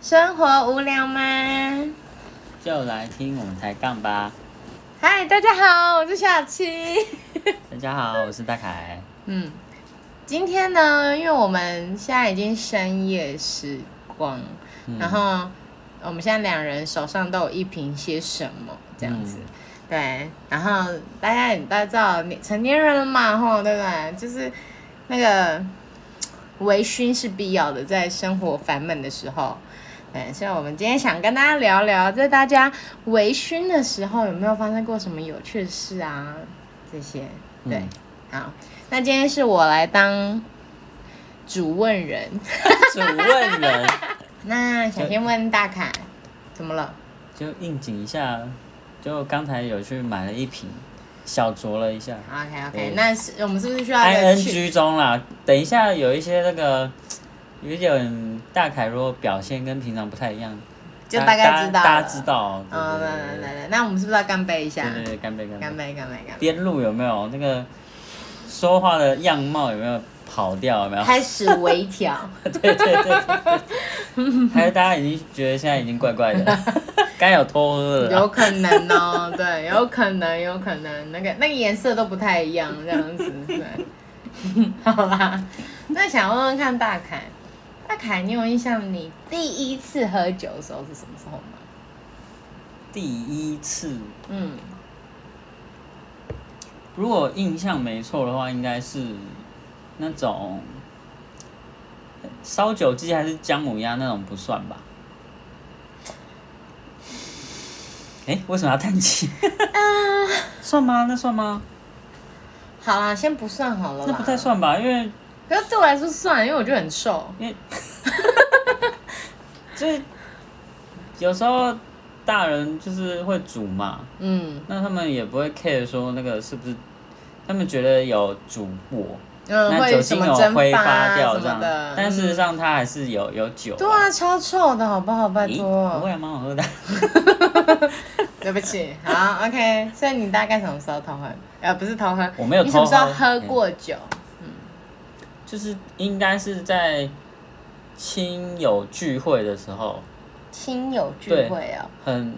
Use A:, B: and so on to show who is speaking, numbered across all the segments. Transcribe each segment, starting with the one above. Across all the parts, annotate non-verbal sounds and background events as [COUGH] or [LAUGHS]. A: 生活无聊吗？
B: 就来听我们抬杠吧。
A: 嗨，大家好，我是小七。
B: 大家好，我是大凯。
A: 嗯，今天呢，因为我们现在已经深夜时光，
B: 嗯
A: 然后我们现在两人手上都有一瓶些什么这样子。对，然后大家也大家知道，你成年人了嘛，吼，对不对？就是那个微醺是必要的，在生活烦闷的时候。对，所以我们今天想跟大家聊聊，在大家微醺的时候有没有发生过什么有趣的事啊？这些，对，好，那今天是我来当主问人，
B: 主问人，
A: 那想先问大凯，怎么了？
B: 就应景一下，就刚才有去买了一瓶，小酌了一下。
A: OK OK，
B: 对
A: 啊那是我们是不是需要一个去
B: ing 中啦，等一下有一些那个，有一点大凯如果表现跟平常不太一样，
A: 就大概知道了
B: 大家知道。
A: 哦，来来
B: 对
A: 来来，那我们是不是要干杯一下？
B: 对对对，干杯干
A: 干
B: 杯。
A: 杯干杯干杯！
B: 边路有没有那个说话的样貌有没有跑掉？有没有？
A: 开始微调，
B: [LAUGHS] 对对对对，对还是大家已经觉得现在已经怪怪的，该有偷喝了
A: 有
B: 啦。
A: 可能
B: [LAUGHS]
A: 哦，对，有可能，有可能，那个那个颜色都不太一样，这样子，对， [LAUGHS] 好啦，那想问问看大凯，大凯，你有印象你第一次喝酒的时候是什么时候吗？
B: 第一次，
A: 嗯，
B: 如果印象没错的话，应该是那种烧酒鸡还是姜母鸭那种不算吧？哎、为什么要叹气？算吗？那算吗？
A: 好啦，先不算好了，
B: 那不太。算吧，因为
A: 可是对我来说算，因为我就很瘦。
B: 因为就是有时候大人就是会煮嘛，
A: 嗯
B: 那他们也不会 care 说那个是不是，他们觉得有煮过，
A: 嗯，
B: 那
A: 会
B: 酒
A: 什
B: 精
A: 么
B: 有
A: 蒸
B: 挥
A: 发
B: 发
A: 啊
B: 掉
A: 什
B: 这
A: 么
B: 样
A: 的，，
B: 但事实
A: 嗯
B: 上它还是有有酒。
A: 对啊，超臭的好不好？拜
B: 咦，不
A: 托
B: 会，啊，蛮好喝的。 [LAUGHS]
A: 对不起。好，OK。所以你大概什么时候偷喝？呃，不是偷喝，
B: 我没有
A: 你什么
B: 偷
A: 时候
B: 喝，
A: 喝
B: 嗯
A: 过酒？
B: 就是应该是在亲友聚会的时候，
A: 亲友聚
B: 对
A: 会哦。
B: 很，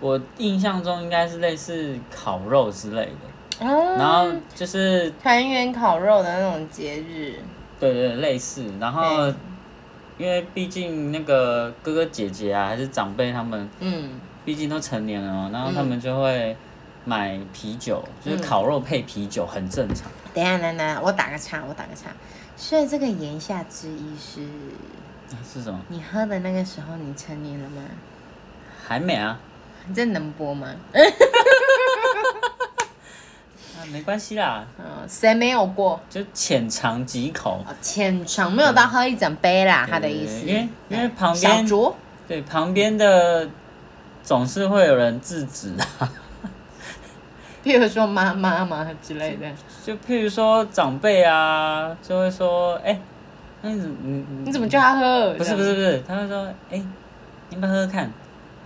B: 我印象中应该是类似烤肉之类的，
A: 嗯，
B: 然后就是
A: 团圆烤肉的那种节日，
B: 对对，类似。然后，因为毕竟那个哥哥姐姐啊，还是长辈他们，
A: 嗯，
B: 毕竟都成年了嘛，然后
A: 嗯
B: 他们就会买啤酒，就是烤肉配啤酒很正常。
A: 等一下，等一下，我打个岔，我打个岔。所以这个言下之意是，
B: 是什么？
A: 你喝的那个时候你成年了吗？
B: 还没啊？
A: 你这能播吗？
B: 啊，没关系啦，
A: 嗯，谁没有过？
B: 就浅尝几口。
A: 哦浅尝没有到喝一整杯啦，他的意思。
B: 因为因为旁
A: 小
B: 边
A: 酌，
B: 对旁边的总是会有人制止 [LAUGHS] 啊，
A: 譬如说妈妈嘛之类的。
B: 就譬如说长辈啊，就会说，哎、那你怎你
A: 你怎么叫他喝？
B: 不是不是，不是，他会说，哎、你们喝喝看，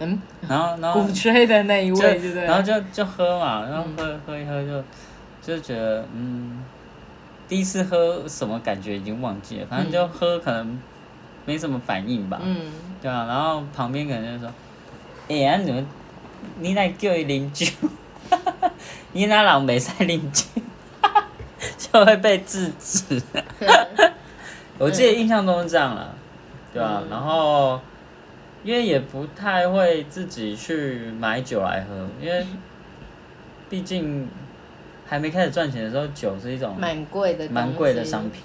A: 嗯，
B: 然后然后
A: 鼓吹的那一
B: 就
A: 位，对不对？嗯
B: 然后就就喝嘛，然后喝、喝一喝就就觉得嗯，第一次喝什么感觉已经忘记了，反正就喝可能没什么反应吧，
A: 嗯，
B: 对啊，然后旁边可能就说，哎、欸，啊、你们你来叫伊啉酒， [LAUGHS] 你那人没使啉酒， [LAUGHS] 就会被制止。我自己的印象中是这样了，对吧、然后因为也不太会自己去买酒来喝，因为毕竟还没开始赚钱的时候，酒是一种
A: 蛮贵的，
B: 蛮贵的商。品。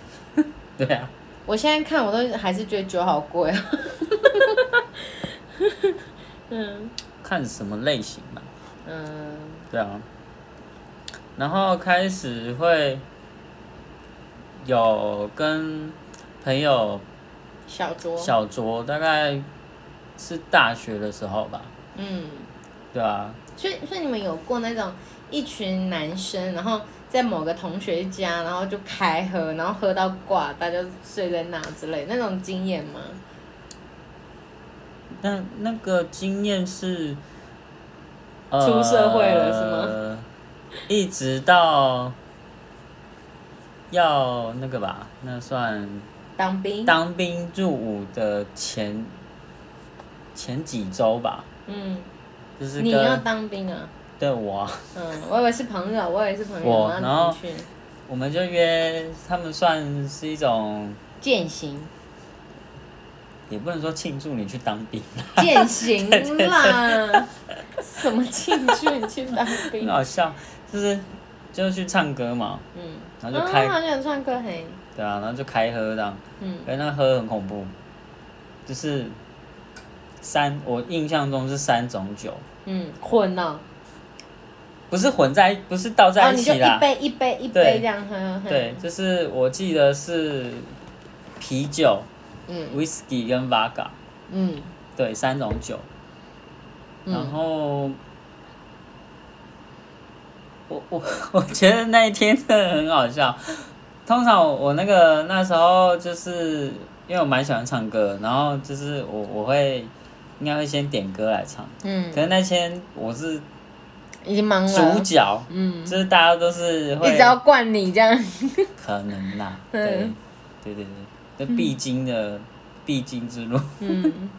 B: [LAUGHS] 对啊，
A: 我现在看我都还是觉得酒好贵啊。
B: 看什么类型嘛，
A: 嗯，
B: 对啊。然后开始会有跟朋友
A: 小酌，
B: 小酌，大概是大学的时候吧，
A: 嗯，
B: 对啊，
A: 所以所以你们有过那种一群男生，然后在某个同学家，然后就开喝，然后喝到挂，大家睡在那之类那种经验吗？
B: 那那个经验是，
A: 出社会了是
B: 吗？ [LAUGHS] 一直到要那个吧，那算
A: 当兵，
B: 当兵入伍的前前几周吧，
A: 嗯，
B: 就是
A: 你要
B: 跟
A: 当兵啊？
B: 对我啊、
A: 嗯，我以为是朋友，我以为是朋友，
B: 我
A: 然
B: 然
A: 后
B: 后
A: 你去
B: 我们就约他们，算是一种
A: 践行，
B: 也不能说庆祝你去当兵， [LAUGHS]
A: 践行啦，什么进去你去当兵
B: [LAUGHS] 很？好笑，就是就是去唱歌嘛，
A: 嗯，
B: 然后就开
A: 啊好想唱歌嘿，
B: 对啊，然后就开喝这样，
A: 嗯
B: 哎，那喝很恐怖，就是三，我印象中是三种酒，
A: 嗯，混了，
B: 不是混在，不是倒
A: 然
B: 在
A: 后
B: 一
A: 哦你就
B: 起啦
A: 一，杯一杯一杯
B: 对
A: 这样喝，嘿
B: 对，，就是我记得是啤酒、
A: 嗯
B: whisky 跟 v o d a
A: 嗯
B: 对，三种酒，然
A: 嗯，
B: 后。我我 [LAUGHS] 我觉得那一天真的很好笑。通常我我那个那时候就是因为我蛮喜欢唱歌，然后就是我我会应该会先点歌来唱。
A: 嗯，
B: 可是那天我是
A: 已经忙
B: 主
A: 了，
B: 角，
A: 嗯，
B: 就是大家都是
A: 一
B: 会
A: 直要灌你这样，
B: [LAUGHS] 可能啦，
A: [LAUGHS]
B: 对
A: 嗯
B: 对对对，这必经的、必经之路。 [LAUGHS]
A: 嗯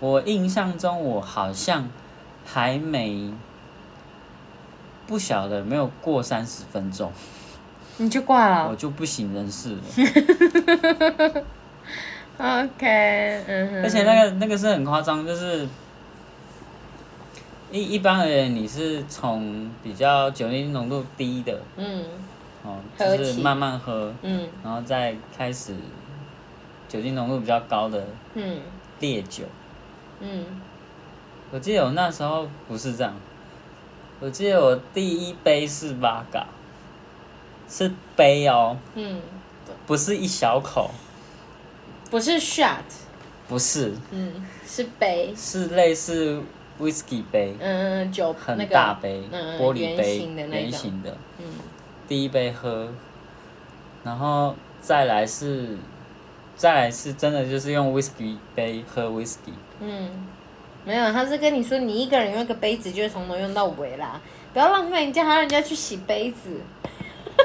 B: 我印象中我好像还没不晓得有没有过三十分钟，
A: 你就挂
B: 我
A: 了
B: 就不省人事了。
A: 嗯，OK，嗯哼，
B: 而且那个那个是很夸张，就是一一般而言，你是从比较酒精浓度低的
A: 嗯
B: 哦，
A: 喝
B: 就
A: 起
B: 是慢慢喝，
A: 嗯
B: 然后再开始酒精浓度比较高的
A: 嗯
B: 烈酒。
A: 嗯，
B: 我记得我那时候不是这样，我记得我第一杯是八嘎，是杯哦，
A: 嗯，
B: 不是一小口，
A: 不是 shot，
B: 不是，
A: 嗯，是杯，
B: 是类似 whisky 杯，
A: 嗯，酒那
B: 很
A: 个
B: 大杯，
A: 嗯
B: 玻璃
A: 圆
B: 杯，
A: 形的那
B: 圆
A: 种
B: 形的。
A: 嗯
B: 第一杯喝，然后再来是，再来是真的就是用 whisky 杯喝 whisky，
A: 嗯，没有，他是跟你说你一个人用一个杯子，就是从头用到尾啦，不要浪费人家，还让人家去洗杯子。 [LAUGHS]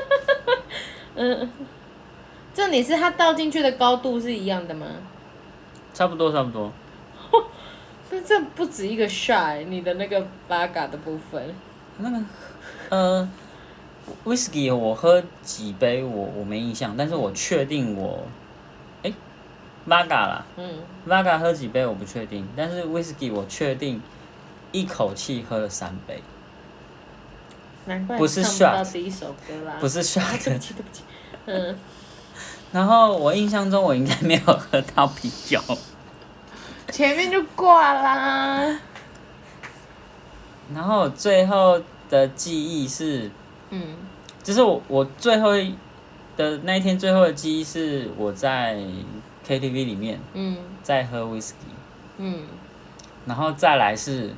A: 嗯，重点是它倒进去的高度是一样的吗？
B: 差不多差不多。
A: 那这不止一个 shot，你的那个 vaga 的部分，
B: 那个，呃，whisky 我喝几杯我我没印象，但是我确定我，哎、v a g a 啦
A: 嗯
B: v a g a 喝几杯我不确定，但是 whisky 我确定一口气喝了三杯，
A: 难怪
B: 不是
A: 你唱不到
B: shot
A: 第一首歌啦。
B: 不
A: 是，
B: 是 [LAUGHS]
A: 啊
B: shot，
A: 对不起，对不起，嗯，
B: 然后我印象中我应该没有喝到啤酒，
A: 前面就挂啦。
B: 然后我最后的记忆是，
A: 嗯
B: 就是我我最后一的那一天最后的记忆是我在 KTV 里面
A: 嗯
B: 在喝 whisky。
A: 嗯
B: 然后再来是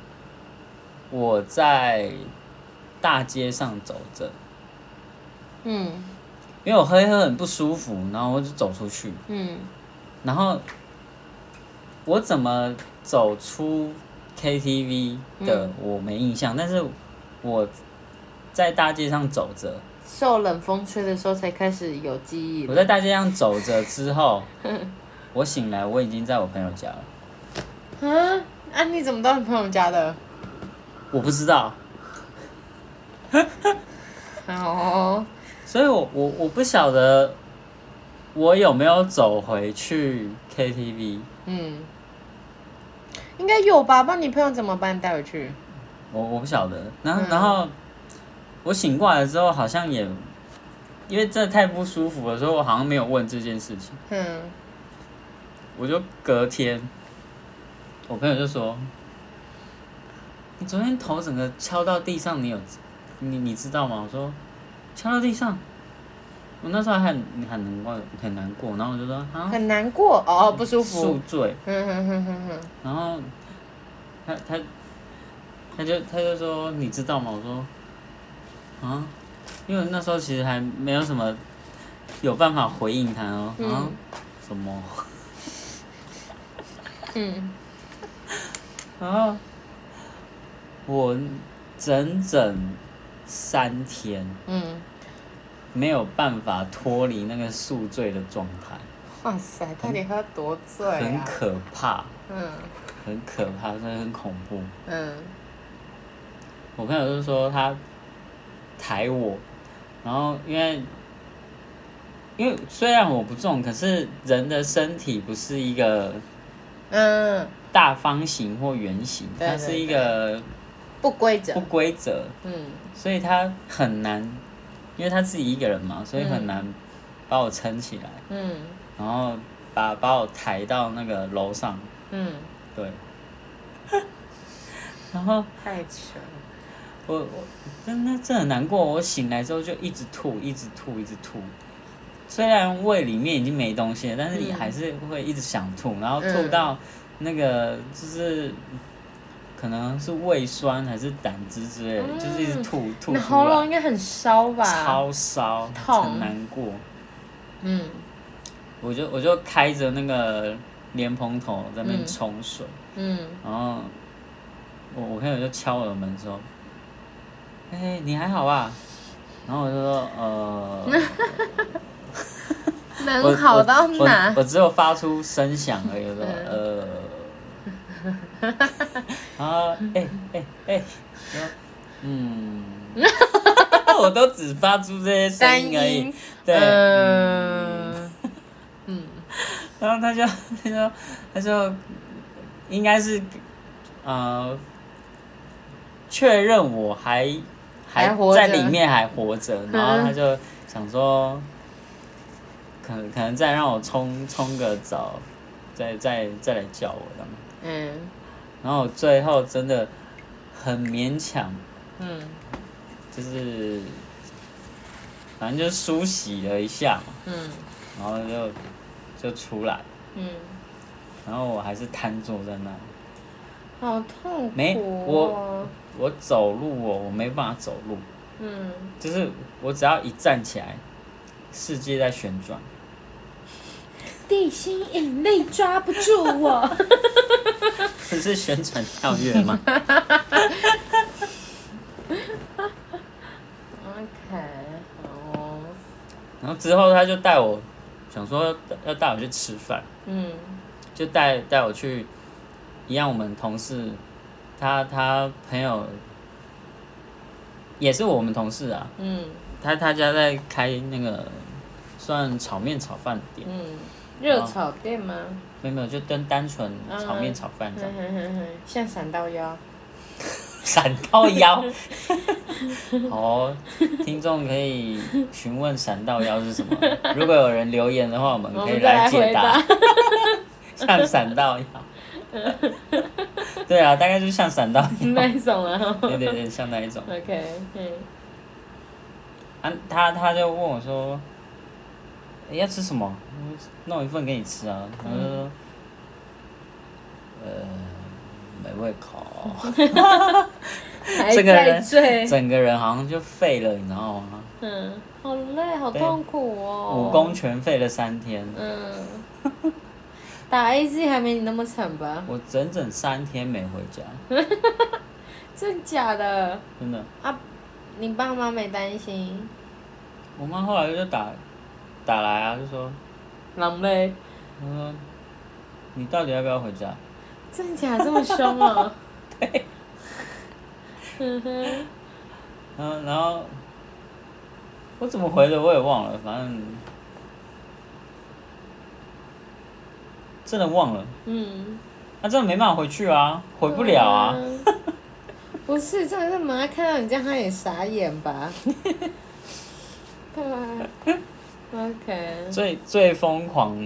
B: 我在大街上走着，
A: 嗯
B: 因为我喝一喝很不舒服，然后我就走出去，
A: 嗯
B: 然后我怎么走出 KTV 的
A: 嗯
B: 我没印象，但是我在大街上走着，
A: 受冷风吹的时候才开始有记忆
B: 我
A: 了。
B: 在大街上走着
A: [LAUGHS]
B: 之后，我醒来我已经在我朋友家了，
A: 啊啊！你怎么到你朋友家的？
B: 我不知道，
A: 哦，
B: 所以我我我不晓得我有没有走回去 KTV。
A: 嗯，应该有吧？不然你朋友怎么办？带回去？
B: 我我不晓得。然后、
A: 嗯
B: 然后我醒过来之后，好像也因为真的太不舒服了，所以我好像没有问这件事情。
A: 嗯，
B: 我就隔天，我朋友就说：“你昨天头整个敲到地上，你有你你知道吗？”我说：“敲到地上。”我那时候还很很难过，很难过，然后我就说啊，
A: 很难过哦，不舒
B: 宿
A: 服。
B: 醉，
A: 嗯哼哼哼哼，
B: 然后他他他就他就说你知道吗？我说啊，因为那时候其实还没有什么有办法回应他哦。
A: 嗯
B: 啊，什么？
A: 嗯
B: 然后
A: 啊
B: 我整整三天
A: 嗯，
B: 没有办法脱离那个宿醉的状态，
A: 哇塞，到底喝多醉
B: 很
A: 啊？
B: 可怕。
A: 嗯
B: 很可怕，真的很恐怖。
A: 嗯，
B: 我朋友就说他抬我，然后因为因为虽然我不重，可是人的身体不是一个
A: 嗯，
B: 大方形或圆形，
A: 对
B: 它是一个
A: 不规则
B: 不，规则，
A: 嗯
B: 所以他很难，因为他自己一个人嘛，所以很难把我撑起来，
A: 嗯
B: 然后把把我抬到那个楼上，
A: 嗯，
B: 对， [LAUGHS] 然后
A: 太扯了，
B: 我我真的真的很难过，我醒来之后就一直吐，一直吐，一直吐。虽然胃里面已经没东西了，但是你
A: 嗯
B: 还是会一直想吐，然后吐
A: 嗯
B: 到那个就是可能是胃酸还是胆汁之类的，就是一直吐吐
A: 你
B: 出
A: 嗯喉咙
B: 来，
A: 应该很烧吧？
B: 超烧，
A: 痛
B: 很难过。
A: 嗯
B: 我就我就开着那个莲蓬头在那边
A: 嗯
B: 冲水，
A: 嗯
B: 然后我我朋友就敲我的门说：“哎、你还好吧？”然后我就说：“呃，我
A: 能好嗯到
B: 我
A: 哪
B: 我？我只有发出声响而已，我说
A: 嗯
B: 呃。” [LAUGHS] 然后哎哎哎，我说嗯， [LAUGHS] 我都只发出这些声
A: 单
B: 音而已
A: 音，，呃
B: 对。
A: 嗯嗯
B: 然后他就 [LAUGHS] 他就他就应该是呃确认我还
A: 还活着嗯
B: 在里面还活着，然后他就想说，可能可能再让我冲冲个澡，再再再来叫我这样。
A: 嗯
B: 然后我最后真的很勉强，
A: 嗯
B: 就是反正就梳洗了一下嘛，
A: 嗯
B: 然后就就出来，
A: 嗯，
B: 然后我还是瘫坐在那里。
A: 好痛苦、哦。
B: 没我我走路哦我我没办法走路，
A: 嗯，
B: 就是我只要一站起来，世界在旋转， [LAUGHS]
A: 地心引力抓不住我。
B: 不是旋转跳跃吗？
A: OK，好哦、
B: 然后之后他就带我，想说要带我去吃饭，
A: 嗯
B: 就带带我去，一样我们同事，他他朋友，也是我们同事啊，
A: 嗯
B: 他他家在开那个算炒面炒饭的店，
A: 嗯，热炒店吗？
B: 没有没有就单单纯炒面炒饭这样
A: 哼。哼哼哼，嗯像闪到 [LAUGHS] 腰。
B: 闪到腰。好哦，听众可以询问闪到腰是什么。如果有人留言的话，我们
A: 我
B: 可以
A: 们再来
B: 解
A: 回
B: 答
A: 答。。
B: [LAUGHS] 像闪到腰，对啊，大概就是像闪到腰，
A: 那一种啊。
B: 对对对，像那一种。
A: OK，嗯
B: 啊，他他就问我说，诶要吃什么？我说弄一份给你吃啊。我就说，呃，没胃口。
A: 嗯还
B: 这个
A: 在
B: 人
A: 醉。
B: 整个人好像就废了，你知道吗？
A: 嗯，好累，好痛苦哦。
B: 武功。全废了三天，
A: 嗯。打 AZ 还没你那么惨吧？
B: 我整整三天没回家，
A: 真假的？
B: 真的。
A: 啊，你爸妈没担心？
B: 我妈后来就打打来啊，就说，
A: 狼狈。
B: 她说你到底要不要回家？
A: 真假这么凶
B: [LAUGHS]
A: 啊？对。嗯哼，
B: 然后然后我怎么回的我也忘了，反正真的忘了，
A: 嗯。
B: 那、真的没办法回去啊，回不了啊。
A: 对啊。不是，真的是妈看到你这样，她也傻眼
B: [LAUGHS]
A: 吧？对啊。OK，
B: 最最疯狂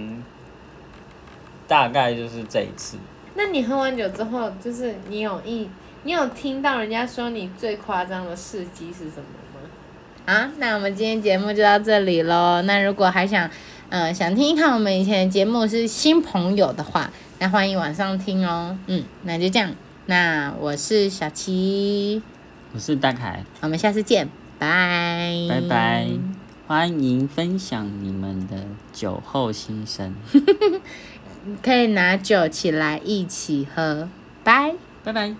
B: 大概就是这一次。
A: 那你喝完酒之后，就是你有一，你有听到人家说你最夸张的事迹是什么吗？啊，那我们今天节目就到这里喽。那如果还想，呃，想听一看我们以前的节目是新朋友的话，那欢迎晚上听哦。嗯，那就这样。那我是小琪，
B: 我是大凯。
A: 我们下次见，拜，
B: 拜拜，欢迎分享你们的酒后心声，
A: 可以拿酒起来一起喝，拜。
B: 拜拜。